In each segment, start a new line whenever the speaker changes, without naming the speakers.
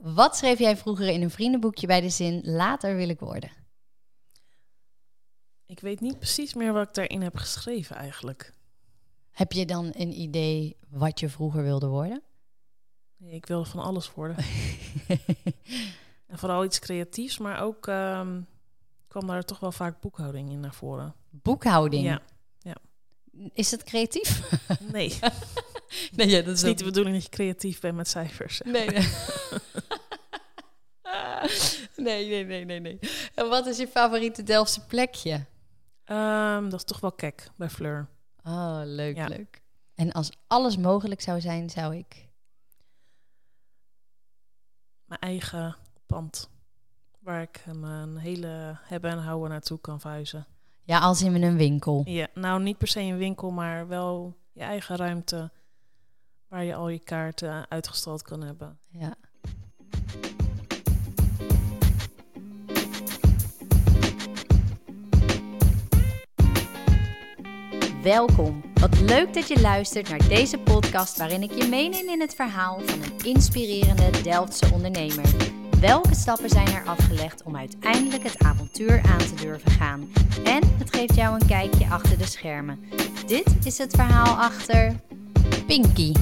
Wat schreef jij vroeger in een vriendenboekje bij de zin later wil ik worden?
Ik weet niet precies meer wat ik daarin heb geschreven eigenlijk.
Heb je dan een idee wat je vroeger wilde worden?
Nee, ik wilde van alles worden. en vooral iets creatiefs, maar ook ehm, kwam daar toch wel vaak boekhouding in naar voren.
Boekhouding.
Ja,
Is dat creatief?
nee. Het
Nee, ja, dat
is niet de bedoeling dat je creatief bent met cijfers.
Nee, nee. nee, nee, nee, nee, nee. En wat is je favoriete Delftse plekje?
Ehm, dat is toch wel kek bij Fleur.
Oh, leuk,
Ja.
leuk. En als alles mogelijk zou zijn, zou ik...
Mijn eigen pand. Waar ik eh, mijn hele hebben en houden naartoe kan verhuizen.
Ja, als in een winkel.
Ja, nou niet per se een winkel, maar wel je eigen ruimte. Waar je al je kaarten uitgestald kan hebben.
Ja. Welkom. Wat leuk dat je luistert naar deze podcast waarin ik je meeneem in het verhaal van een inspirerende Delftse ondernemer. Welke stappen zijn er afgelegd om uiteindelijk het avontuur aan te durven gaan? En het geeft jou een kijkje achter de schermen. Dit is het verhaal achter Pinky.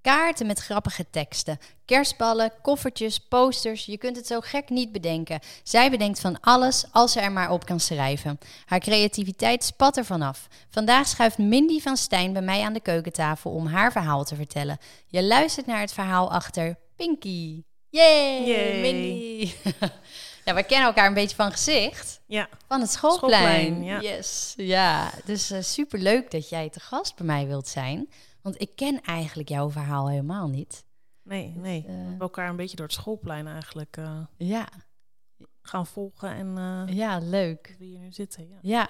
Kaarten met grappige teksten, kerstballen, koffertjes, posters, je kunt het zo gek niet bedenken. Zij bedenkt van alles als ze er maar op kan schrijven. Haar creativiteit spat er vanaf. Vandaag schuift Mindy van Stijn bij mij aan de keukentafel om haar verhaal te vertellen. Je luistert naar het verhaal achter Pinky. Yay,
Yay.
Mindy! ja, we kennen elkaar een beetje van gezicht.
Ja,
Van het schoolplein.
Schoolplein, ja.
Yes. Ja, dus super superleuk dat jij te gast bij mij wilt zijn. Want ik ken eigenlijk jouw verhaal helemaal niet.
nee,
Dus,
nee.
eh,
We hebben elkaar een beetje door het schoolplein eigenlijk eh,
Ja,
gaan volgen en eh
ja, leuk.
dat we hier nu zitten. Ja.
Ja.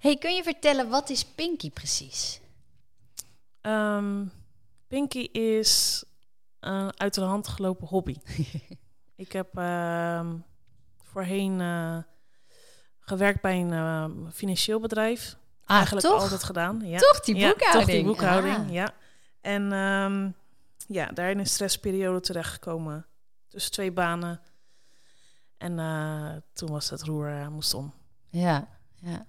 Hey, kun je vertellen wat is Pinky precies?
Ehm, Pinky is een uit de hand gelopen hobby. ik heb ehm, voorheen eh, gewerkt bij een ehm, financieel bedrijf.
Ah,
eigenlijk
toch?
altijd gedaan. Ja.
Toch die
Ja,
boekhouding.
toch die boekhouding,
Ah.
ja. En ehm, ja, daar in een stressperiode terechtgekomen. Tussen twee banen. En eh, toen was dat roer eh, moest om.
Ja, ja.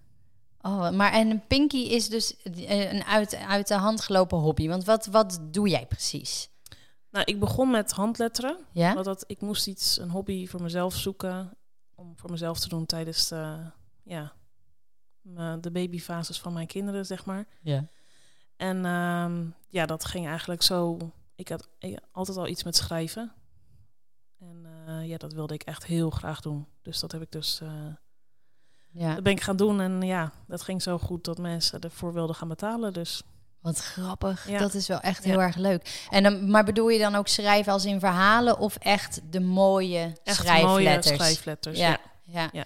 Oh, wat- maar en Pinky is dus eh, een uit, uit de hand gelopen hobby. Want wat, wat doe jij precies?
Nou, ik begon met handletteren.
Ja?
Omdat dat, ik moest iets, een hobby voor mezelf zoeken. Om voor mezelf te doen tijdens de, ja, m- de babyfases van mijn kinderen, zeg maar.
Ja.
En ehm, ja, dat ging eigenlijk zo. Ik had eh, altijd al iets met schrijven. En eh, ja, dat wilde ik echt heel graag doen. Dus dat heb ik dus. eh,
ja.
dat ben ik gaan doen. En ja, dat ging zo goed dat mensen ervoor wilden gaan betalen. Dus
Wat grappig.
Ja.
Dat is wel echt
Ja.
heel erg leuk. En dan, maar bedoel je dan ook schrijven als in verhalen of echt de mooie
echt mooie
schrijfletters?
schrijfletters.
ja,
Ja.
ja.
Ja.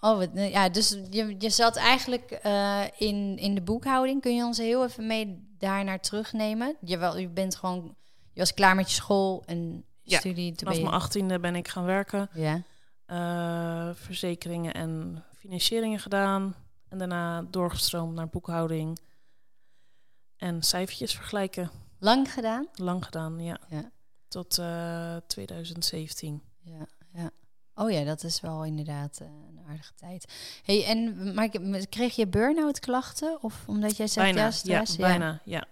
Oh, wat- ja, dus je, je zat eigenlijk eh, in, in de boekhouding. Kun je ons heel even mee daarnaar terugnemen? Je, wel, je bent gewoon, je was klaar met je school en
Ja,
studie. Toen
Vanaf
ben
mijn achttiende ben ik gaan werken.
je... Ja,
eh, verzekeringen en financieringen gedaan. En daarna doorgestroomd naar boekhouding. En cijfertjes vergelijken.
lang gedaan?
Lang gedaan, ja.
Ja.
Tot eh, 2017.
Ja, ja. Oh ja, dat is wel inderdaad eh, een aardige tijd. Hey, en maar ik- kreeg je burn-out klachten? Of omdat jij zegt ja, stress?
ja, bijna, ja.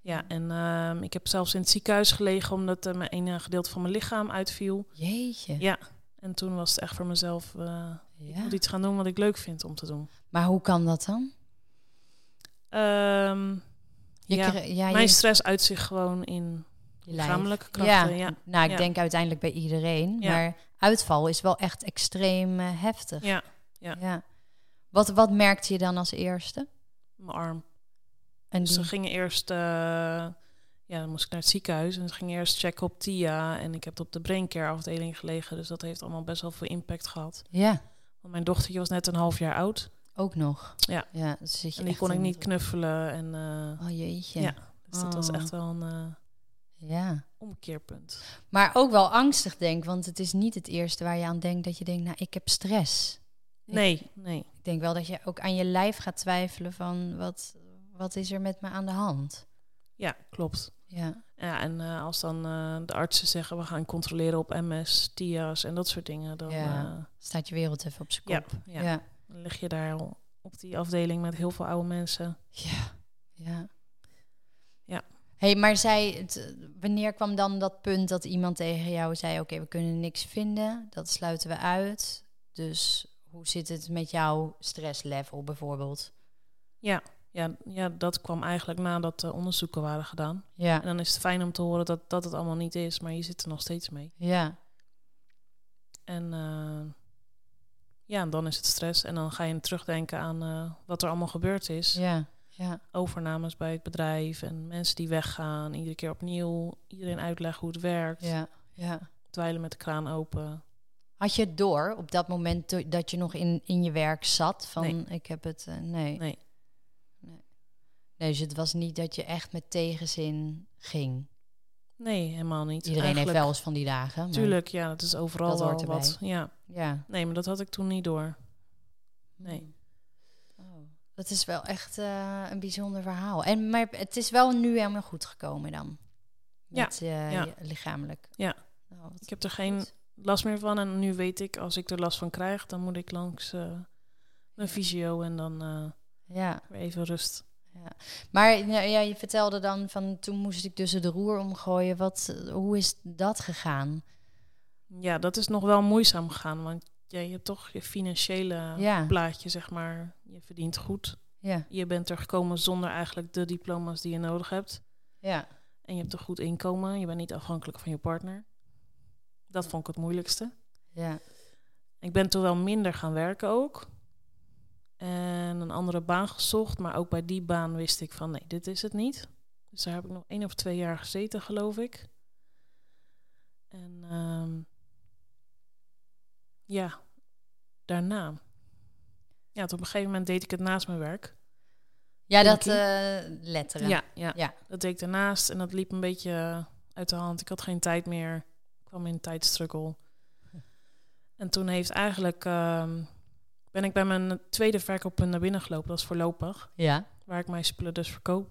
Ja, en ehm, ik heb zelfs in het ziekenhuis gelegen omdat eh, mijn ene gedeelte van mijn lichaam uitviel.
Jeetje.
Ja. En toen was het echt voor mezelf, eh, ik
Ja.
moet iets gaan doen wat ik leuk vind om te doen.
Maar hoe kan dat dan?
Ehm,
Je
ja,
kre- ja,
mijn
je-
stress uit zich gewoon in
je lijf.
lichamelijke krachten. Ja,
Ja. Nou, ik
ja.
denk uiteindelijk bij iedereen.
Ja.
Maar uitval is wel echt extreem eh, heftig.
ja.
Ja. Wat, wat merkte je dan als eerste?
mijn arm.
En
Dus
die,
ze gingen eerst, eh, ja, dan moest ik naar het ziekenhuis en ze gingen eerst checken op TIA. En ik heb op de braincare afdeling gelegen, dus dat heeft allemaal best wel veel impact gehad.
ja,
Want mijn dochtertje was net een half jaar oud.
ook nog.
Ja.
ja dus zit je
En die
echt
kon ik
in-
niet knuffelen. En, eh,
Oh jeetje.
Ja. dus dat was
Oh.
echt wel een eh,
ja.
omkeerpunt.
Maar ook wel angstig, denk Want het is niet het eerste waar je aan denkt dat je denkt, nou, ik heb stress.
Nee, nee.
Ik denk wel dat je ook aan je lijf gaat twijfelen van, wat, wat is er met me aan de hand?
Ja, klopt.
Ja,
Ja, en eh, als dan eh, de artsen zeggen we gaan controleren op MS, TIA's en dat soort dingen, dan,
Ja.
eh,
staat je wereld even op zijn
Ja,
kop.
ja.
ja.
dan lig je daar al op die afdeling met heel veel oude mensen.
Ja, ja.
Ja.
hey, maar zij, het, wanneer kwam dan dat punt dat iemand tegen jou zei... oké, we kunnen niks vinden, dat sluiten we uit. Dus hoe zit het met jouw stresslevel bijvoorbeeld?
Ja, ja, dat kwam eigenlijk nadat de onderzoeken waren gedaan.
Ja,
En dan is het fijn om te horen dat dat het allemaal niet is, maar je zit er nog steeds mee.
ja,
En eh, ja, en dan is het stress. En dan ga je terugdenken aan eh, wat er allemaal gebeurd is.
ja, ja,
Overnames bij het bedrijf en mensen die weggaan. Iedere keer opnieuw. Iedereen uitleggen hoe het werkt.
ja, ja.
Dweilen met de kraan open.
Had je het door op dat moment to- dat je nog in, in je werk zat? Van
Nee.
ik heb het. eh, nee.
Nee.
nee. Nee, dus het was niet dat je echt met tegenzin ging.
Nee, helemaal niet.
Iedereen heeft
Eigenlijk-
wel eens van die dagen. maar-
Tuurlijk, ja, dat is overal
Dat hoort
wel wat. Ja,
Ja.
nee, maar dat had ik toen niet door. Nee.
Hmm. Oh, dat is wel echt eh, een bijzonder verhaal. En, maar het is wel nu helemaal goed gekomen dan?
Ja,
Met, eh,
ja.
je lichamelijk?
Ja.
Oh, wat
Ik heb er geen
goed.
last meer van. En nu weet ik, als ik er last van krijg, dan moet ik langs eh mijn visio en dan eh,
Ja.
weer even rust.
Maar nou, ja, je vertelde dan van toen moest ik dus het roer omgooien. Wat, hoe is dat gegaan?
Ja, dat is nog wel moeizaam gegaan, want ja, je hebt toch je financiële
Ja.
plaatje, zeg maar. Je verdient goed.
Ja.
Je bent er gekomen zonder eigenlijk de diploma's die je nodig hebt.
Ja.
En je hebt een goed inkomen. Je bent niet afhankelijk van je partner. Dat vond ik het moeilijkste.
Ja.
Ik ben toen wel minder gaan werken ook. En een andere baan gezocht. Maar ook bij die baan wist ik van nee, dit is het niet. Dus daar heb ik nog één of twee jaar gezeten, geloof ik. En ehm, ja, daarna. Ja, tot op een gegeven moment deed ik het naast mijn werk.
Ja, dat
Pinky?
eh, letteren.
Ja, ja.
Ja.
dat deed ik daarnaast. En dat liep een beetje eh, uit de hand. Ik had geen tijd meer. Ik kwam in tijdstruggle. En toen heeft eigenlijk... ehm, ben ik bij mijn tweede verkooppunt naar binnen gelopen. Dat is voorlopig.
Ja.
Waar ik mijn spullen dus verkoop.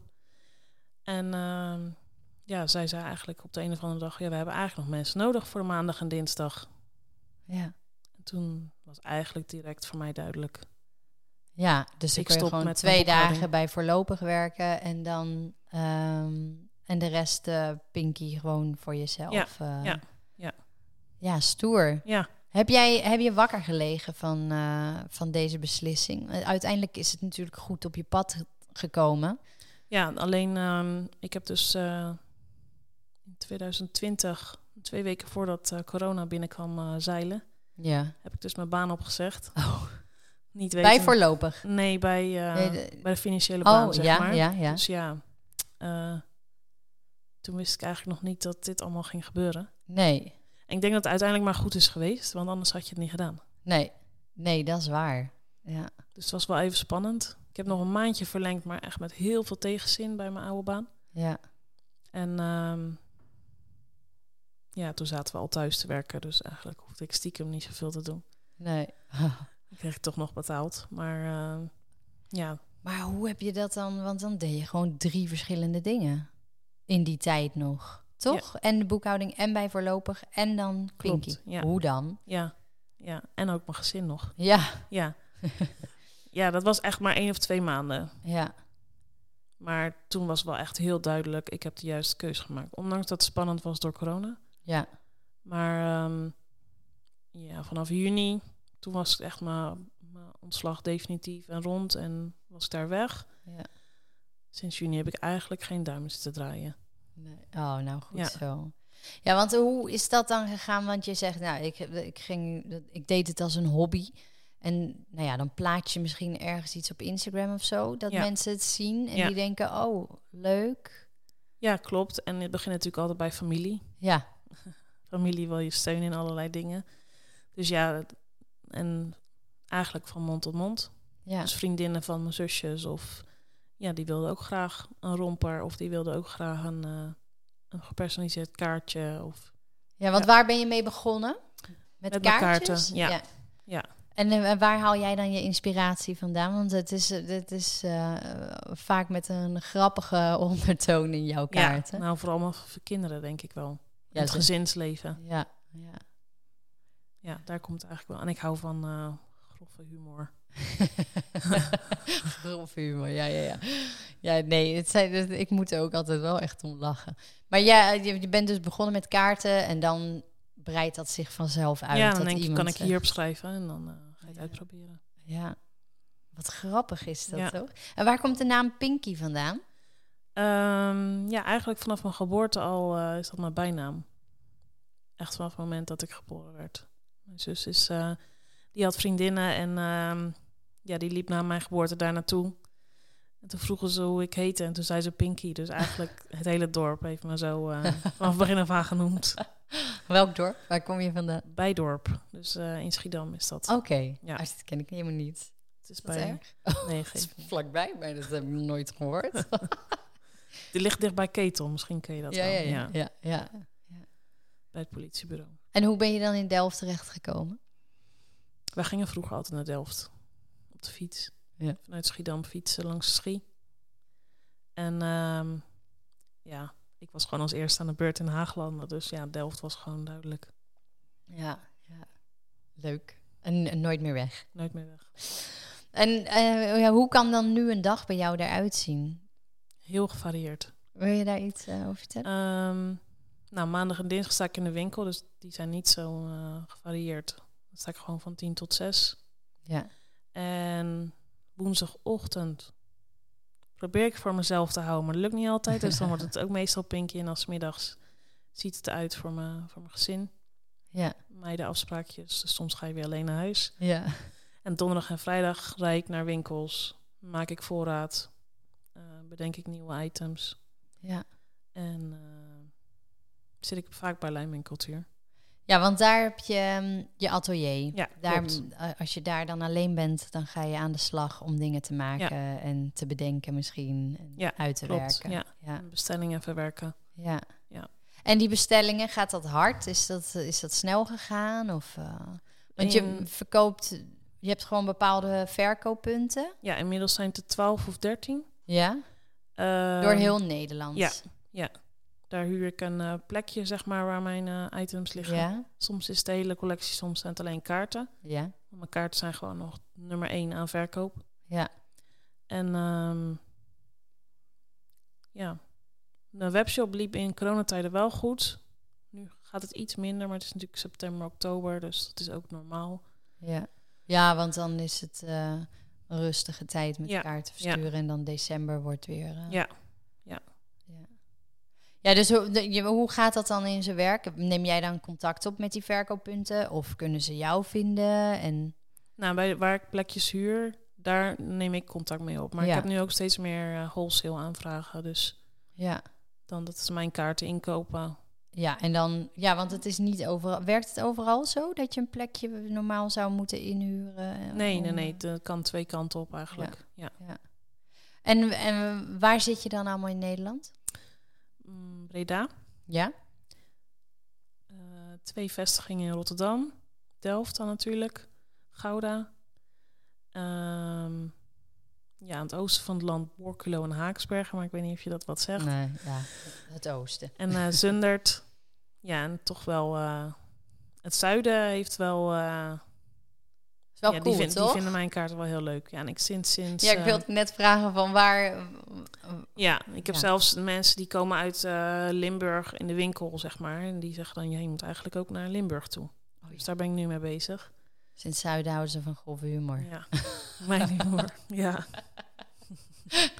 En ehm, ja, zij zei eigenlijk op de een of andere dag... Ja, we hebben eigenlijk nog mensen nodig voor maandag en dinsdag.
Ja.
En toen was eigenlijk direct voor mij duidelijk.
Ja, dus ik
Ik
kon je
stop
gewoon
met
twee
mijn boekhouding.
dagen bij voorlopig werken en dan ehm, en de rest eh, Pinky gewoon voor jezelf. eh.
ja, ja.
Ja, stoer.
Ja,
Heb jij heb je wakker gelegen van, eh, van deze beslissing? Eh, Uiteindelijk is het natuurlijk goed op je pad ge- gekomen.
Ja, alleen ehm, ik heb dus eh, in 2020, twee weken voordat eh, corona binnenkwam eh, zeilen,
Ja.
heb ik dus mijn baan opgezegd.
Oh.
Niet weten.
Bij voorlopig.
Nee, bij, eh,
Nee, de-
bij de financiële baan,
Oh
zeg
ja,
maar.
ja, ja.
Dus ja, eh, toen wist ik eigenlijk nog niet dat dit allemaal ging gebeuren.
Nee,
En ik denk dat het uiteindelijk maar goed is geweest, want anders had je het niet gedaan.
nee, nee, dat is waar. Ja.
Dus het was wel even spannend. Ik heb nog een maandje verlengd, maar echt met heel veel tegenzin bij mijn oude baan.
Ja.
En ehm, ja, toen zaten we al thuis te werken, dus eigenlijk hoefde ik stiekem niet zoveel te doen.
Nee.
Ik kreeg het toch nog betaald, maar ehm, ja,
Maar hoe heb je dat dan? Want dan deed je gewoon drie verschillende dingen in die tijd nog, toch? En de boekhouding en bij voorlopig en dan
Klopt,
Pinky.
ja.
Hoe dan?
ja, ja. En ook mijn gezin nog.
Ja,
Ja. ja, dat was echt maar één of twee maanden.
ja,
Maar toen was wel echt heel duidelijk, ik heb de juiste keus gemaakt. Ondanks dat het spannend was door corona.
ja,
Maar ehm, ja, vanaf juni, toen was het echt mijn, mijn ontslag definitief en rond en was ik daar weg.
Ja.
Sinds juni heb ik eigenlijk geen duimpjes te draaien.
Nee. Oh, nou goed
Ja.
zo. Ja, want hoe is dat dan gegaan? Want je zegt, nou, ik, ik, ging, ik deed het als een hobby. En nou ja, dan plaat je misschien ergens iets op Instagram of zo. Dat
Ja.
mensen het zien en
Ja.
die denken, oh, leuk.
Ja, klopt. En het begint natuurlijk altijd bij familie.
Ja,
Familie wil je steunen in allerlei dingen. Dus ja, het- en eigenlijk van mond tot mond.
ja,
Dus vriendinnen van mijn zusjes of... Ja, die wilden ook graag een romper of die wilden ook graag een, eh, een gepersonaliseerd kaartje of
ja want
Ja.
waar ben je mee begonnen? Met,
Met mijn
kaartjes?
kaarten, ja. Ja.
En eh, waar haal jij dan je inspiratie vandaan? Want het is, eh, dit is eh, vaak met een grappige ondertoon in jouw kaarten.
nou vooral maar voor kinderen denk ik wel.
Ja,
het
zo-
gezinsleven.
ja, ja.
Ja, daar komt het eigenlijk wel. En ik hou van eh, grove humor.
Grof humor, ja, ja, ja. Ja, nee, het zijn, het- ik moet er ook altijd wel echt om lachen. Maar ja, je, je bent dus begonnen met kaarten en dan breidt dat zich vanzelf uit.
ja,
dat
dan denk ik,
iemand,
kan ik
eh,
hierop schrijven en dan eh, ga je het
Ja.
uitproberen.
Ja, wat grappig is dat
Ja.
toch? En waar komt de naam Pinky vandaan?
Ehm, ja, eigenlijk vanaf mijn geboorte al eh, is dat mijn bijnaam. Echt vanaf het moment dat ik geboren werd. Mijn zus is, eh, die had vriendinnen en ehm, ja, die liep na mijn geboorte daar naartoe. En toen vroegen ze hoe ik heette en toen zei ze Pinky. Dus eigenlijk het hele dorp heeft me zo eh, vanaf het begin af aan genoemd.
Welk dorp? Waar kom je vandaan?
Bijdorp, dus eh, in Schiedam is dat.
Oké,
Ja.
Ah, dat ken ik helemaal niet.
het is
Is dat
bij...
erg?
Nee,
Het is
geef niet.
vlakbij, maar dat heb ik nog nooit gehoord.
Die ligt dicht bij Ketel, misschien ken je dat
ja,
wel.
ja, ja, ja, ja.
bij het politiebureau.
En hoe ben je dan in Delft terechtgekomen?
Wij gingen vroeger altijd naar Delft. Op de fiets.
Ja.
Vanuit Schiedam fietsen langs de Schie. En ehm, ja, ik was gewoon als eerste aan de beurt in Haaglanden. Dus ja, Delft was gewoon duidelijk.
Ja, ja. leuk. En, en nooit meer weg.
Nooit meer weg.
En eh, ja, hoe kan dan nu een dag bij jou eruit zien?
Heel gevarieerd.
Wil je daar iets eh, over vertellen?
Ehm, nou, maandag en dinsdag sta ik in de winkel. Dus die zijn niet zo eh, gevarieerd. Dan sta ik gewoon van 10 tot 6.
Ja.
En woensdagochtend probeer ik voor mezelf te houden, maar dat lukt niet altijd. Dus dan wordt het ook meestal pinkie. En als middags ziet het eruit voor, me, voor mijn gezin.
Ja,
Meidenafspraakjes, dus soms ga je weer alleen naar huis.
ja.
En donderdag en vrijdag rijd ik naar winkels, maak ik voorraad, eh, bedenk ik nieuwe items.
ja.
En eh, zit ik vaak bij Lijm en Cultuur.
Ja, want daar heb je ehm, je atelier.
Ja,
Daar,
klopt.
eh, als je daar dan alleen bent, dan ga je aan de slag om dingen te maken en te bedenken misschien. En
Ja,
uit te
klopt,
werken.
ja.
Ja,
Bestellingen verwerken.
ja.
Ja.
En die bestellingen, gaat dat hard? Is dat, is dat snel gegaan? Of, eh, want je
In-
verkoopt, je hebt gewoon bepaalde verkooppunten.
Ja, inmiddels zijn het er 12 of 13.
Ja?
Ehm,
Door heel Nederland.
ja, Daar huur ik een eh, plekje, zeg maar, waar mijn eh, items liggen.
Ja,
Soms is het de hele collectie, soms zijn het alleen kaarten.
ja.
Want mijn kaarten zijn gewoon nog nummer één aan verkoop.
Ja.
En ehm, ja, de webshop liep in coronatijden wel goed. Nu gaat het iets minder, maar het is natuurlijk september, oktober, dus dat is ook normaal.
Ja, ja want dan is het eh, een rustige tijd met
Ja,
kaarten
ja.
versturen. En dan december wordt weer... eh,
Ja, ja.
ja. Ja, dus hoe, de- je- hoe gaat dat dan in zijn werk? Neem jij dan contact op met die verkooppunten? Of kunnen ze jou vinden? En,
Nou, bij, waar ik plekjes huur, daar neem ik contact mee op. Maar
Ja.
ik heb nu ook steeds meer eh, wholesale aanvragen, dus
ja.
dan dat ze mijn kaarten inkopen.
ja, en dan... Ja, want het is niet overal... Werkt het overal zo dat je een plekje normaal zou moeten inhuren? eh,
Nee,
om,
nee,
eh,
nee, dat kan twee kanten op eigenlijk. Ja.
En, en waar zit je dan allemaal in Nederland?
Mm, Breda,
Ja?
eh, twee vestigingen in Rotterdam, Delft dan natuurlijk, Gouda. Ehm, ja, aan het oosten van het land Borculo en Haaksbergen, maar ik weet niet of je dat wat zegt.
Nee, ja. Het oosten.
En eh, Zundert, ja, en toch wel... eh, het zuiden heeft wel... eh,
Is wel
ja,
cool,
die, vind- die
toch?
vinden mijn kaarten wel heel leuk. Ja, en ik sinds... sinds
Ja, ik
eh,
wilde net vragen van waar.
Ja, ik heb
Ja.
zelfs mensen die komen uit eh, Limburg in de winkel, zeg maar. En die zeggen dan, ja, je moet eigenlijk ook naar Limburg toe.
ja.
Dus daar ben ik nu mee bezig.
Sinds Zuiden houden ze van grove humor.
Ja, mijn humor. Ja,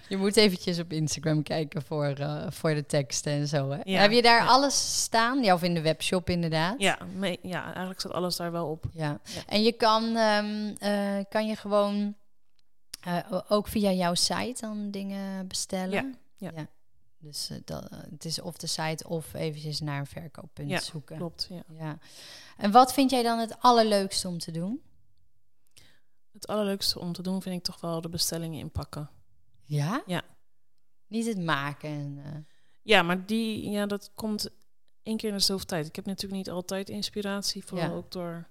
Je moet eventjes op Instagram kijken voor, eh, voor de teksten en zo. Hè?
Ja,
Heb je daar
ja.
alles staan? Ja, of in de webshop inderdaad.
ja, me- ja, eigenlijk staat alles daar wel op.
Ja.
Ja.
En je kan, ehm, eh, kan je gewoon eh, o- ook via jouw site dan dingen bestellen.
Ja,
Dus eh, dat, het is of de site of eventjes naar een verkooppunt
Ja,
zoeken.
Klopt, ja.
Ja. En wat vind jij dan het allerleukste om te doen?
Het allerleukste om te doen vind ik toch wel de bestellingen inpakken.
Ja?
Ja.
Niet het maken. En, eh,
Ja, maar die, ja, dat komt één keer in de zoveel tijd. Ik heb natuurlijk niet altijd inspiratie, vooral
Ja.
ook door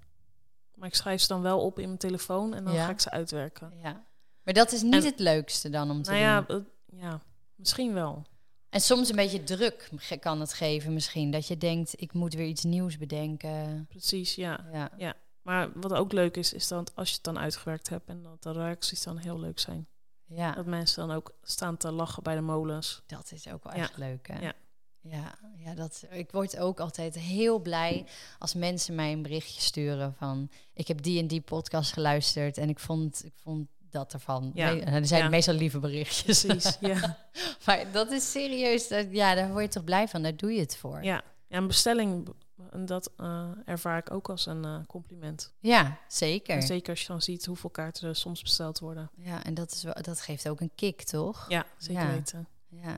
Maar ik schrijf ze dan wel op in mijn telefoon en dan
Ja.
ga ik ze uitwerken.
Ja. Maar dat is niet
En-
het leukste dan om te
Nou
doen.
ja, eh, ja, misschien wel.
En soms een beetje druk ge- kan het geven misschien. Dat je denkt, ik moet weer iets nieuws bedenken.
Precies, ja.
Ja.
Maar wat ook leuk is, is dat als je het dan uitgewerkt hebt en dat de reacties dan heel leuk zijn.
ja.
Dat mensen dan ook staan te lachen bij de molens.
Dat is ook wel
Ja.
echt leuk, hè?
Ja.
Ja, ja, dat, ik word ook altijd heel blij als mensen mij een berichtje sturen van... ik heb die en die podcast geluisterd en ik vond, ik vond dat ervan.
Ja.
Me- en er zijn
Ja.
meestal lieve berichtjes.
Precies, ja.
maar dat is serieus, dat, ja, daar word je toch blij van, daar doe je het voor.
Ja, ja een bestelling, b- en dat eh, ervaar ik ook als een eh, compliment.
Ja, zeker.
En zeker als je dan ziet hoeveel kaarten er soms besteld worden.
Ja, en dat, is wel, dat geeft ook een kick, toch?
Ja, zeker
Ja.
weten.
Ja.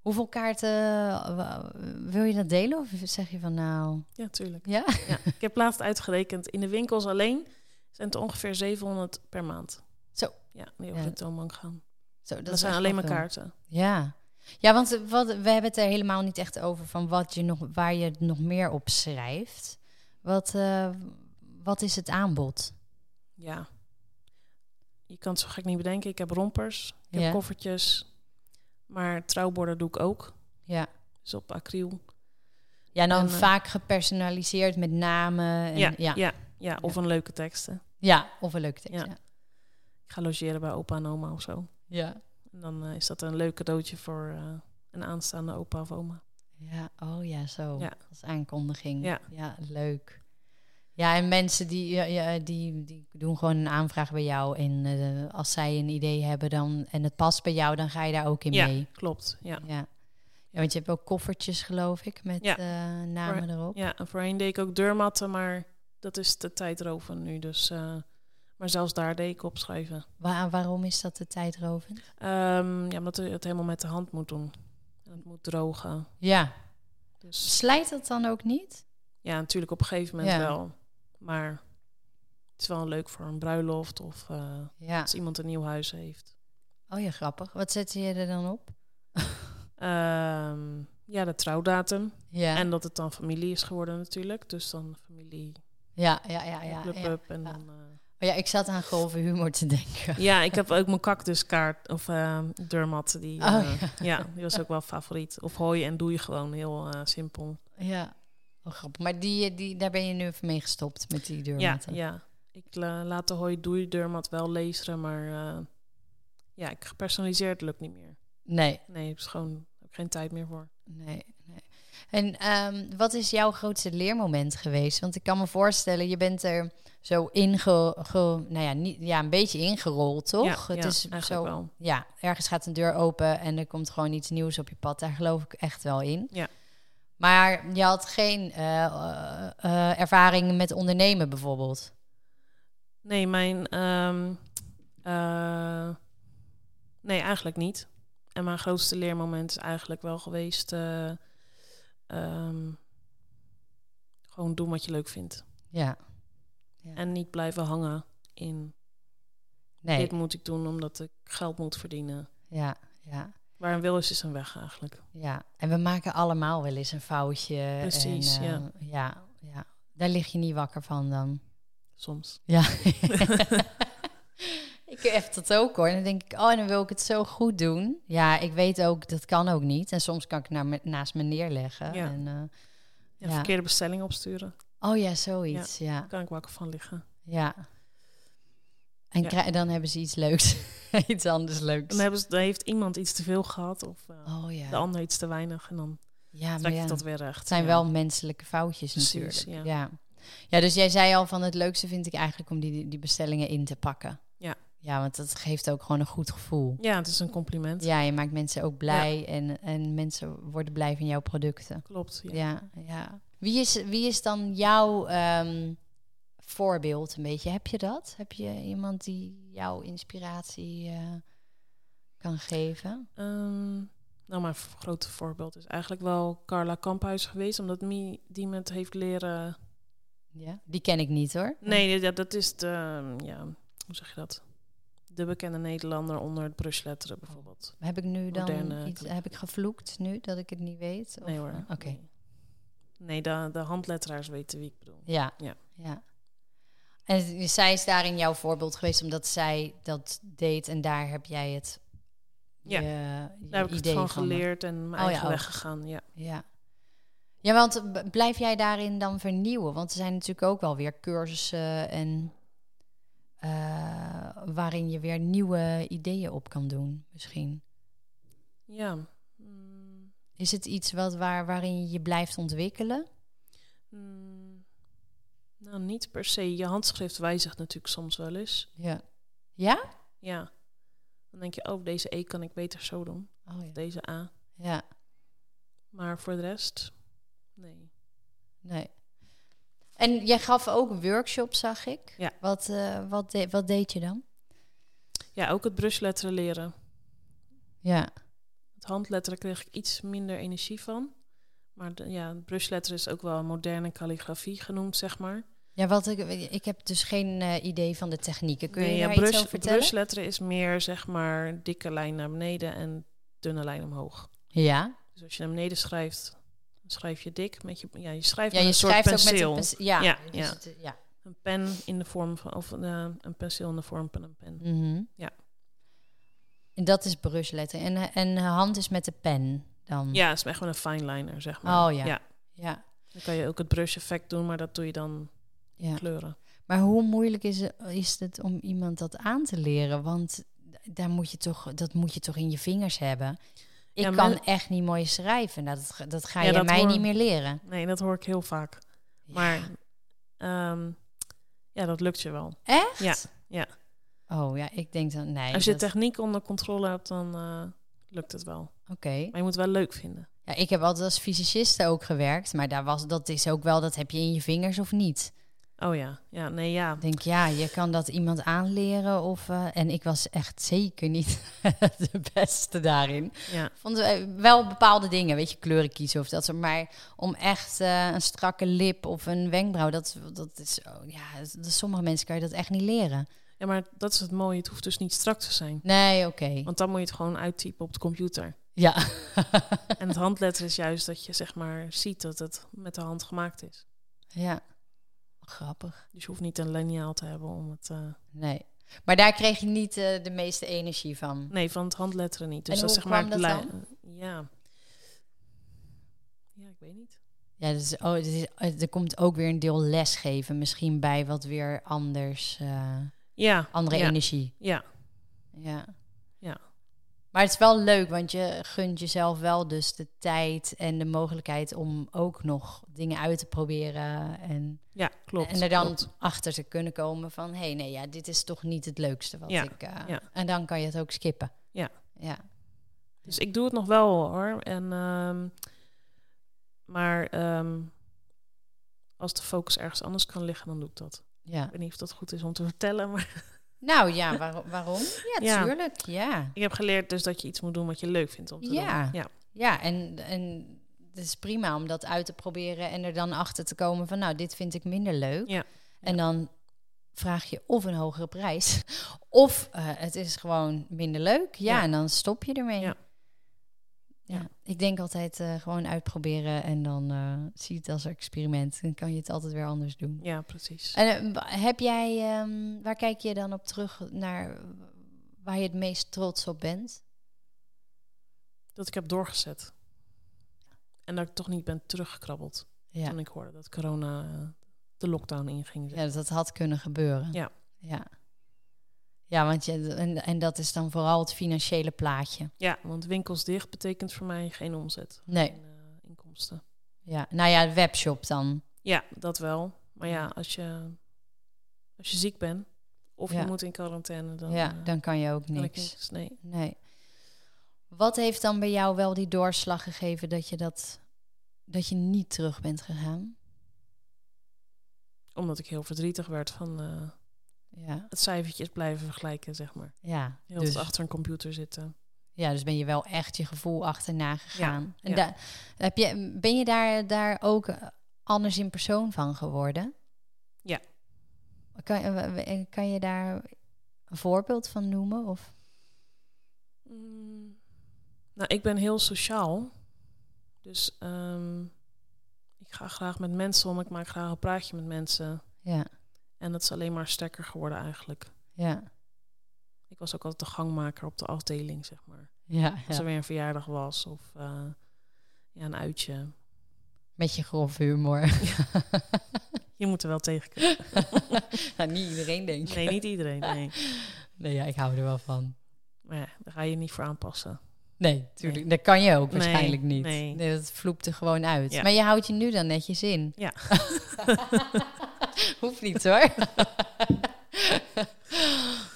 Hoeveel kaarten eh, wa- wil je dat delen? Of zeg je van nou.
Ja, tuurlijk.
Ja?
Ik heb laatst uitgerekend, in de winkels alleen zijn het ongeveer 700 per maand.
Zo.
Ja, die over
Ja.
de toonbank gaan.
Zo,
Dat,
is
zijn
echt
alleen
wel
maar
veel.
kaarten.
Ja. Ja, want eh, wat, we hebben het er helemaal niet echt over van wat je nog, waar je nog meer op schrijft. Wat, eh, wat is het aanbod?
Ja. Je kan het zo gek niet bedenken. Ik heb rompers, ik
Ja.
heb koffertjes. Maar trouwborden doe ik ook.
Ja,
Dus op acryl.
ja dan
En, eh,
vaak gepersonaliseerd met namen. En,
ja, ja.
ja.
Ja, of een leuke teksten.
Ja, of een leuke tekst.
Ja.
Ja.
Ik ga logeren bij opa en oma of zo.
Ja.
En dan eh, is dat een leuk cadeautje voor eh, een aanstaande opa of oma.
Ja, oh ja, zo.
Ja.
Als aankondiging.
Ja.
leuk. Ja, en mensen die, ja, ja, die, die doen gewoon een aanvraag bij jou. En eh, als zij een idee hebben dan, en het past bij jou, dan ga je daar ook in
Ja.
mee.
Klopt, ja.
Ja. ja, want je hebt ook koffertjes, geloof ik, met
Ja.
eh, namen erop.
Ja, en voorheen deed ik ook deurmatten, maar dat is te tijdrovend nu. Dus, eh, maar zelfs daar deed ik opschrijven.
Wa- waarom is dat de tijdrovend?
Ehm, ja, omdat je het helemaal met de hand moet doen. En het moet drogen.
Ja.
Dus
Slijt dat dan ook niet?
ja, natuurlijk op een gegeven moment
Ja.
wel. Maar het is wel leuk voor een bruiloft of eh,
Ja.
als iemand een nieuw huis heeft.
Oh ja, grappig. Wat zet je er dan op?
Ehm, ja, de trouwdatum.
Ja,
En dat het dan familie is geworden natuurlijk. Dus dan familie,
ja, ja, Ah, ja. ja,
club
ja.
up en
ja.
dan... eh,
Oh ja, ik zat aan grove humor te denken.
ja, ik heb ook mijn cactuskaart of ehm deurmat. Die,
Oh,
eh, ja. die was ook wel favoriet. Of hooi en doei gewoon, heel eh, simpel.
Ja, oh, grappig. Maar die, die, daar ben je nu even mee gestopt met die deurmatten.
Ja, ja. ik la- laat de hooi doei deurmat wel lezen, maar eh, ja, ik gepersonaliseerd lukt niet meer.
Nee,
Nee, ik heb gewoon heb ik geen tijd meer voor.
nee, nee. En ehm, wat is jouw grootste leermoment geweest? Want ik kan me voorstellen, je bent er zo in, ge, ge- nou ja, niet, ja, een beetje ingerold, toch?
Ja,
het
ja,
is
eigenlijk
zo,
wel.
ja, ergens gaat een deur open en er komt gewoon iets nieuws op je pad. Daar geloof ik echt wel in.
Ja.
Maar je had geen eh, eh, eh, ervaring met ondernemen bijvoorbeeld.
Nee, mijn... ehm, eh, nee, eigenlijk niet. En mijn grootste leermoment is eigenlijk wel geweest... eh, ehm, gewoon doen wat je leuk vindt.
Ja,
En niet blijven hangen in...
nee.
Dit moet ik doen omdat ik geld moet verdienen.
Ja, ja.
Waar een wil is, is een weg eigenlijk.
Ja, en we maken allemaal wel eens een foutje.
Precies,
en, eh,
ja.
ja. Ja, daar lig je niet wakker van dan.
Soms.
Ja. ik heb dat ook hoor. En dan denk ik, oh, en dan wil ik het zo goed doen. Ja, ik weet ook, dat kan ook niet. En soms kan ik naar me- naast me neerleggen.
Ja.
En, eh,
Ja,
Ja.
Verkeerde bestelling opsturen.
oh ja, zoiets, ja.
Daar
ja.
kan ik wakker van liggen.
En
Ja.
krij- dan hebben ze iets leuks. iets anders leuks.
Dan, hebben ze, dan heeft iemand iets te veel gehad of eh,
Oh ja.
de ander iets te weinig. En dan
ja, maar
trek je
ja.
dat weer recht.
Het zijn wel menselijke foutjes
Precies,
natuurlijk. Ja.
ja.
Ja. dus jij zei al van het leukste vind ik eigenlijk om die, die bestellingen in te pakken.
Ja.
Ja, want dat geeft ook gewoon een goed gevoel.
Ja, het is een compliment.
Ja, je maakt mensen ook blij en, en mensen worden blij van jouw producten.
Klopt. Ja.
Ja, ja. Wie, is, wie is dan jouw ehm, voorbeeld een beetje? Heb je dat? Heb je iemand die jouw inspiratie eh, kan geven?
Ehm, nou, mijn v- grote voorbeeld is eigenlijk wel Carla Kamphuis geweest. Omdat Mie die met heeft leren...
Ja. Die ken ik niet hoor.
Nee, dat, dat is de... ehm, Ja, hoe zeg je dat? De bekende Nederlander onder het brusletteren bijvoorbeeld.
Heb ik nu dan
Moderne
iets,
kleding.
heb ik gevloekt nu dat ik het niet weet? Of,
Nee hoor.
eh, Oké.
Nee, de, de handletteraars weten wie ik bedoel.
Ja.
Ja.
ja. En zij is daarin jouw voorbeeld geweest, omdat zij dat deed en daar heb jij het.
Ja,
je- je
Daar heb ik het
idee
van geleerd en mijn
Oh ja,
eigen
ook.
weg gegaan. Ja.
Ja. ja, want b- blijf jij daarin dan vernieuwen? Want er zijn natuurlijk ook wel weer cursussen en eh, waarin je weer nieuwe ideeën op kan doen, misschien.
ja. Mm.
Is het iets wat waar, waarin je je blijft ontwikkelen?
Mm. Nou, niet per se. Je handschrift wijzigt natuurlijk soms wel eens.
Ja.
Ja. Dan denk je, oh, deze E kan ik beter zo doen.
Oh, ja.
Deze A.
ja,
Maar voor de rest, nee.
nee. En jij gaf ook workshops, zag ik.
Ja.
Wat, eh, wat, de- wat deed je dan?
Ja, ook het brusletteren leren.
Ja,
Het handletteren kreeg ik iets minder energie van. Maar de- ja, het brusletteren is ook wel moderne calligrafie genoemd, zeg maar.
ja wat ik, ik heb dus geen eh, idee van de technieken. Kun je
Nee,
daar
ja,
iets
brus,
over vertellen?
brusletteren is meer, zeg maar, dikke lijn naar beneden en dunne lijn omhoog.
Ja,
Dus als je naar beneden schrijft, dan schrijf je dik met je... Ja, je schrijft,
ja
met
je
een soort
schrijft ook met
penseel.
een penseel. Ja,
Ja,
dus
ja.
het, eh, ja.
Een pen in de vorm van... Of eh, een penseel in de vorm van een pen.
Mhm.
Ja.
En dat is brusletter. En, eh, en hand is met de pen dan?
Ja, het is echt gewoon een fineliner, zeg maar.
Mm. Oh, ja.
ja.
ja.
Dan kan je ook het brush effect doen, maar dat doe je dan
Ja.
kleuren.
Maar hoe moeilijk is, is het om iemand dat aan te leren? Want daar moet je toch, dat moet je toch in je vingers hebben. Ik
Ja,
kan
maar-
echt niet mooi schrijven. Nou, dat, ga- dat ga
Ja,
je
dat
mij
hoor-
niet meer leren.
Nee, dat hoor ik heel vaak. Maar ehm, ja, dat lukt je wel.
Echt?
Ja, ja.
Oh ja, ik denk dan... Nee,
Als je
dat-
techniek onder controle hebt, dan eh, lukt het wel.
Oké.
Maar je moet het wel leuk vinden.
Ja, ik heb altijd als fysiciste ook gewerkt. Maar daar was, dat is ook wel... Dat heb je in je vingers of niet.
Oh ja, ja, nee, ja.
Ik denk, ja, je kan dat iemand aanleren. Of, eh, en ik was echt zeker niet de beste daarin.
ja.
vonden we eh, wel bepaalde dingen, weet je, kleuren kiezen of dat soort. Maar om echt eh, een strakke lip of een wenkbrauw, dat, dat is, oh, ja, dat- sommige mensen kan je dat echt niet leren.
Ja, maar dat is het mooie. Het hoeft dus niet strak te zijn.
Nee, oké.
Want dan moet je het gewoon uittypen op de computer.
Ja.
En het handletter is juist dat je zeg maar ziet dat het met de hand gemaakt is.
ja. Grappig.
Dus je hoeft niet een liniaal te hebben om het... eh,
Nee. Maar daar kreeg je niet eh, de meeste energie van.
Nee, van het handletteren niet. Dus
En
dat is
hoe
zeg maar
kwam
het
dat
lei- Ja. Ja, ik weet niet.
Ja, dus, oh, dit is, eh, er komt ook weer een deel lesgeven misschien bij wat weer anders, eh,
Ja.
andere
ja.
energie.
Ja.
Ja.
Ja.
Maar het is wel leuk, want je gunt jezelf wel dus de tijd en de mogelijkheid om ook nog dingen uit te proberen. En,
Ja, klopt.
en er dan
klopt.
achter te kunnen komen van, hé, hey, nee, ja, dit is toch niet het leukste wat
Ja,
ik... eh,
ja.
En dan kan je het ook skippen.
Ja.
Ja.
Dus ik doe het nog wel hoor. En, ehm, maar ehm, als de focus ergens anders kan liggen, dan doe ik dat.
ja.
Ik weet niet of dat goed is om te vertellen. Maar
Nou ja, waar- waarom? Ja,
Ja.
tuurlijk. Ja.
ik heb geleerd dus dat je iets moet doen wat je leuk vindt om te
Ja.
doen. Ja.
Ja, en, en het is prima om dat uit te proberen en er dan achter te komen van, nou, dit vind ik minder leuk.
Ja,
En dan vraag je of een hogere prijs, of eh, het is gewoon minder leuk. Ja,
Ja.
en dan stop je ermee. Ja.
Ja.
Ja. Ik denk altijd eh, gewoon uitproberen en dan eh, zie je het als een experiment. Dan kan je het altijd weer anders doen.
Ja, precies.
En eh, wa- heb jij, ehm, waar kijk je dan op terug naar waar je het meest trots op bent?
Dat ik heb doorgezet. En dat ik toch niet ben teruggekrabbeld
Ja.
toen ik hoorde dat corona eh, de lockdown inging.
Ja, dus dat had kunnen gebeuren.
Ja.
Ja, ja want je, en, en dat is dan vooral het financiële plaatje.
Ja, want winkels dicht betekent voor mij geen omzet.
Nee,
Geen eh, inkomsten.
ja. Nou ja, de webshop dan.
Ja, dat wel. Maar ja, als je, als je ziek bent of
Ja.
je moet in quarantaine, dan,
ja,
eh,
dan kan je ook
kan ik
niks.
niks. Nee.
Nee. Wat heeft dan bij jou wel die doorslag gegeven dat je, dat, dat je niet terug bent gegaan?
Omdat ik heel verdrietig werd van eh,
Ja,
het cijfertjes blijven vergelijken, zeg maar.
ja.
Heel
dus,
veel achter een computer zitten.
ja dus ben je wel echt je gevoel achterna gegaan. En
ja.
da- heb je, ben je daar, daar ook eh, anders in persoon van geworden?
Ja.
Kan, eh, w- eh, kan je daar een voorbeeld van noemen? Of?
Mm. Nou, ik ben heel sociaal. Dus ehm, ik ga graag met mensen om. Ik maak graag een praatje met mensen.
Ja.
En En dat is alleen maar sterker geworden eigenlijk.
Ja.
Ik was ook altijd de gangmaker op de afdeling, zeg maar.
Ja,
Als
ja.
er weer een verjaardag was of eh, ja, een uitje.
Met je grof humor.
Je moet er wel tegen kunnen.
nou, niet iedereen denk ik.
Nee, niet iedereen. Nee.
Nee, ja, ik hou er wel van.
Maar ja, daar ga je niet voor aanpassen.
Nee, tuurlijk. Dat kan je ook
Nee,
waarschijnlijk niet.
nee.
Nee, dat vloept er gewoon uit.
Ja.
Maar je houdt je nu dan netjes in.
Ja.
Hoeft niet hoor.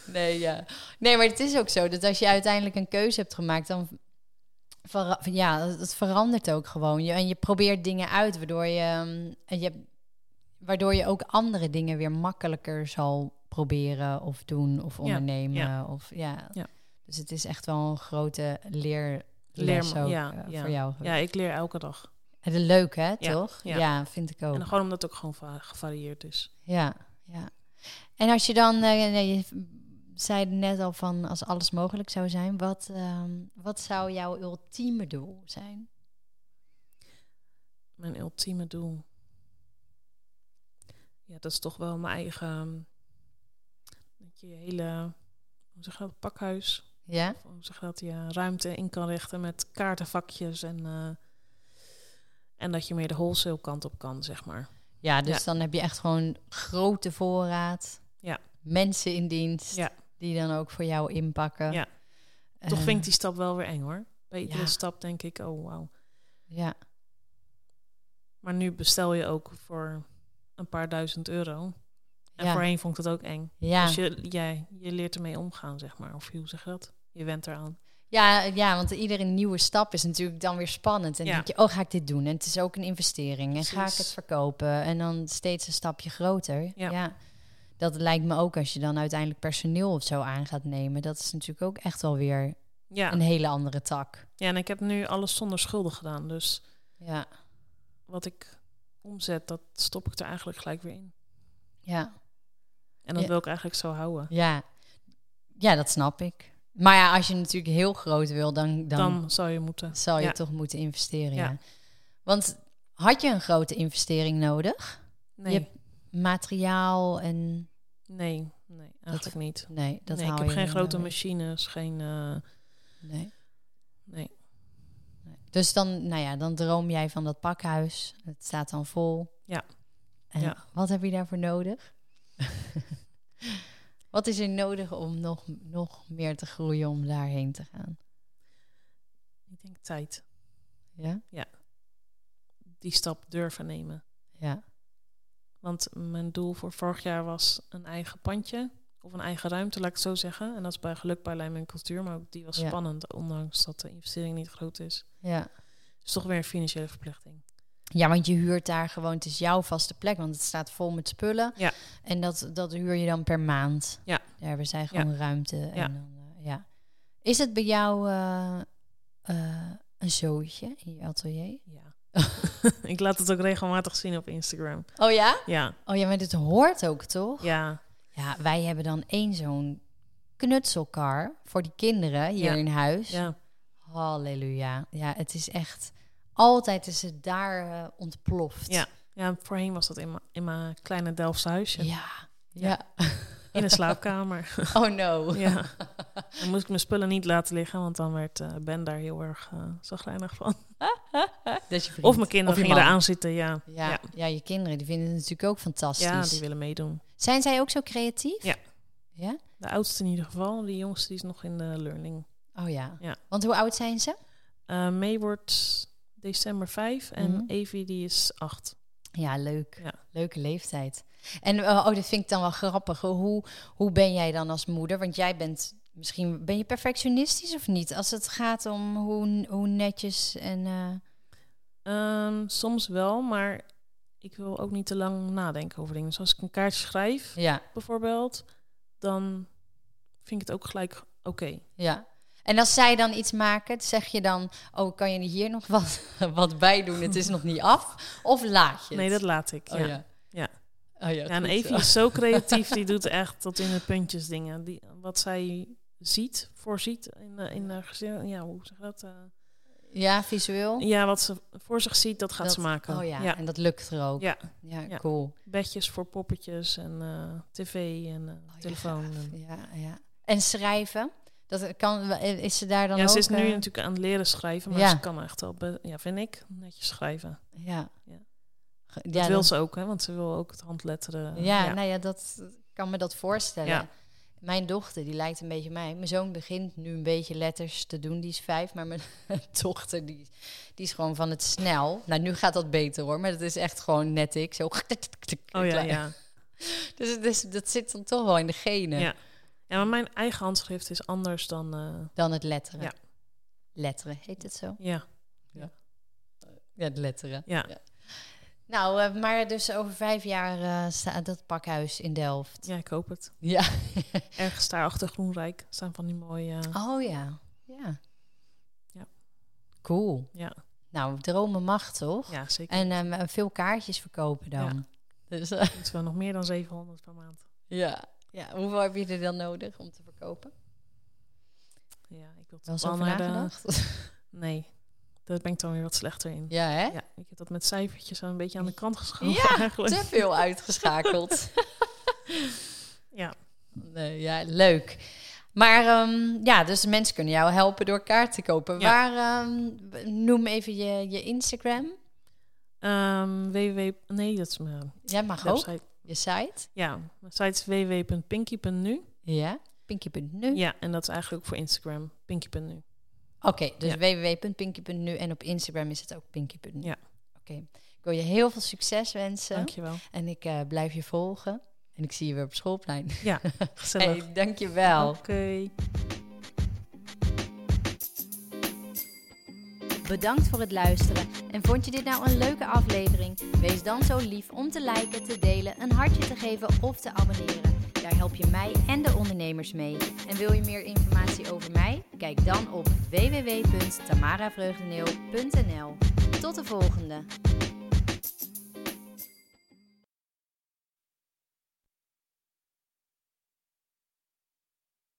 nee, ja. nee, maar het is ook zo dat als je uiteindelijk een keuze hebt gemaakt, dan vera- ja, het verandert ook gewoon. Je, en je probeert dingen uit, waardoor je, ehm, en je, waardoor je ook andere dingen weer makkelijker zal proberen of doen of ondernemen. Of, ja.
Ja.
Dus het is echt wel een grote leer, les
Leer,
ook,
ja,
eh,
ja.
voor jou.
Ja, ik leer elke dag.
En dat leuk, hè,
Ja,
toch? Ja,
ja.
vind ik ook.
En gewoon omdat het ook gewoon va- gevarieerd is.
Ja, ja. En als je dan, eh, nee, je v- zei net al van als alles mogelijk zou zijn, wat, ehm, wat zou jouw ultieme doel zijn?
Mijn ultieme doel. Ja, dat is toch wel mijn eigen. ehm, Dat je je hele. Hoe zeg je dat? Pakhuis.
Ja,
Of hoe zeg je dat? Je ruimte in kan richten met kaartenvakjes en. eh, en dat je meer de wholesale kant op kan, zeg maar.
ja dus dan heb je echt gewoon grote voorraad.
Ja.
Mensen in dienst,
Ja.
die dan ook voor jou inpakken.
Ja. Toch
Eh,
vind ik die stap wel weer eng hoor. Bij iedere
ja.
stap denk ik, oh wauw.
Ja,
Maar nu bestel je ook voor een paar duizend euro. En
Ja.
voorheen vond ik dat ook eng.
ja.
Dus je, jij, je leert ermee omgaan, zeg maar. Of hoe zeg je dat? Je went eraan.
Ja, ja, want iedere nieuwe stap is natuurlijk dan weer spannend. En
Ja.
denk je, oh, ga ik dit doen? En het is ook een investering. En ga ik
Precies.
het verkopen? En dan steeds een stapje groter.
Ja.
Dat lijkt me ook als je dan uiteindelijk personeel of zo aan gaat nemen. Dat is natuurlijk ook echt wel weer
Ja.
een hele andere tak.
ja, en ik heb nu alles zonder schulden gedaan. Dus
Ja,
wat ik omzet, dat stop ik er eigenlijk gelijk weer in.
ja,
En dat
Ja.
wil ik eigenlijk zo houden.
ja. Ja, dat snap ik. Maar ja, als je natuurlijk heel groot wil, dan,
Dan,
dan
zou je moeten.
zal je
Ja.
toch moeten investeren. Ja.
Ja.
Want had je een grote investering nodig?
Nee,
Je- Materiaal en...
nee, nee, eigenlijk niet.
Nee, dat
nee, ik
haal
heb
je
geen
niet
grote
meer.
machines, geen... eh,
Nee.
nee.
nee. Dus dan, nou ja, dan droom jij van dat pakhuis. Het staat dan vol.
Ja.
En
Ja.
wat heb je daarvoor nodig? wat is er nodig om nog, nog meer te groeien om daarheen te gaan?
Ik denk tijd.
Ja?
Die stap durven nemen.
Ja.
Want mijn doel voor vorig jaar was een eigen pandje. Of een eigen ruimte, laat ik het zo zeggen. En dat is bij geluk bij Lijm en Cultuur. Maar ook die was
Ja.
spannend, ondanks dat de investering niet groot is.
Ja.
Het is toch weer een financiële verplichting.
Ja, want je huurt daar gewoon, het is jouw vaste plek, want het staat vol met spullen.
Ja.
En dat, dat huur je dan per maand.
Ja.
Daar hebben zij gewoon ruimte. En
Ja.
Dan, eh, ja. Is het bij jou eh, eh, een zootje in je atelier?
Ja. ik laat het ook regelmatig zien op Instagram.
Oh ja?
Ja,
Oh ja, maar dit hoort ook toch?
ja,
Ja, wij hebben dan één zo'n knutselkar voor die kinderen hier
Ja.
in huis.
ja.
Halleluja. Ja, het is echt... Altijd is het daar eh, ontploft.
Ja. Ja, voorheen was dat in mijn- in mijn kleine Delftse huisje.
Ja. Ja.
In een slaapkamer.
Oh no.
ja. Dan moest ik mijn spullen niet laten liggen, want dan werd eh, Ben daar heel erg eh zagrijnig van.
Dat is je
Of
vriend.
mijn kinderen
Of je
gingen
man.
eraan zitten, ja.
Ja, ja. je kinderen die vinden het natuurlijk ook fantastisch.
Ja, die willen meedoen.
Zijn zij ook zo creatief?
Ja.
Ja?
De oudste in ieder geval, die jongste die is nog in de learning.
Oh ja.
Ja.
Want hoe oud zijn ze?
Eh May wordt december 5 en
Mhm.
Evie die is 8.
Ja, leuk.
Ja.
Leuke leeftijd. En eh, oh, dat vind ik dan wel grappig. Hoe, hoe ben jij dan als moeder? Want jij bent misschien... Ben je perfectionistisch of niet? Als het gaat om hoe, hoe netjes en... eh,
Ehm, soms wel, maar ik wil ook niet te lang nadenken over dingen. Dus als ik een kaartje schrijf,
Ja,
bijvoorbeeld, dan vind ik het ook gelijk oké.
ja. En als zij dan iets maken, zeg je dan... Oh, kan je hier nog wat, wat bij doen? Het is nog niet af. Of laat je het?
Nee, dat laat ik.
Oh
ja.
ja.
Ja.
Oh, ja,
en
goed
Evie
zo.
is zo creatief, die doet echt tot in de puntjes dingen. Die, wat zij ziet, voorziet in, de- in haar gezin. Ja, hoe zeg je dat? eh,
Ja, visueel.
ja, wat ze voor zich ziet, dat gaat
Dat-
ze maken.
Oh ja.
ja.
en dat lukt er ook.
Ja.
ja,
Ja.
cool. Oh,
Bedjes voor poppetjes en eh, tv en eh,
Oh, ja,
telefoon. en-
Ja, ja. En schrijven, dat kan, is ze daar dan
Ja,
ook...
ze is nu
eh,
natuurlijk aan het leren schrijven, maar
Ja.
ze kan echt al, be- ja, vind ik, netjes schrijven.
Ja.
Ja.
Ge-
dat
Ja,
wil
dan-
ze ook, hè, want ze wil ook het handletteren.
ja,
ja.
nou ja, dat kan me dat voorstellen.
Ja.
Mijn dochter, die lijkt een beetje mij. Mijn zoon begint nu een beetje letters te doen, die is vijf. Maar mijn dochter, die, die is gewoon van het snel. Nou, nu gaat dat beter hoor, maar dat is echt gewoon net ik. Zo.
Oh ja, ja.
Dus, het is- dat zit dan toch wel in de genen.
Ja. Ja, maar mijn eigen handschrift is anders dan... eh,
Dan het letteren.
Ja.
Letteren, heet het zo?
ja,
Ja, het letteren.
ja.
Nou, eh, maar dus over vijf jaar eh, staat dat pakhuis in Delft.
ja, ik hoop het.
Ja.
Ergens daar achter Groenrijk staan van die mooie... eh,
Oh ja. Ja.
Ja.
Cool.
Ja.
Nou, dromen mag toch?
Ja, zeker.
En ehm, veel kaartjes verkopen dan. Dus, eh,
Het is wel nog meer dan 700 per maand.
ja. ja. Hoeveel heb je er dan nodig om te verkopen?
Ja, ik wil het
Wel zo over
naar de-
nagedacht?
Nee, daar ben ik dan weer wat slechter in.
ja, hè?
Ja, ik heb dat met cijfertjes wel een beetje aan de kant geschoven
Ja,
eigenlijk.
Te veel uitgeschakeld.
Ja,
nee, ja, leuk. Maar ehm, ja, dus mensen kunnen jou helpen door kaart te kopen.
Ja.
Waar, ehm, noem even je, je Instagram.
Ehm www... Nee, dat is mijn
Jij mag ook.
website.
Je site.
Ja, mijn site is www.pinky.nu.
Ja. Pinky.nu.
Ja, en dat is eigenlijk ook voor Instagram, pinky.nu.
Oké, dus www.pinky.nu en op Instagram is het ook pinky.nu.
Ja.
Oké, ik wil je heel veel succes wensen
Dankjewel.
en ik eh, blijf je volgen. En ik zie je weer op schoolplein.
Ja, gezellig.
Hey, dankjewel.
Oké.
Bedankt voor het luisteren. En vond je dit nou een leuke aflevering? Wees dan zo lief om te liken, te delen, een hartje te geven of te abonneren. Daar help je mij en de ondernemers mee. En wil je meer informatie over mij? Kijk dan op www.tamaravreugdeneel.nl. Tot de volgende!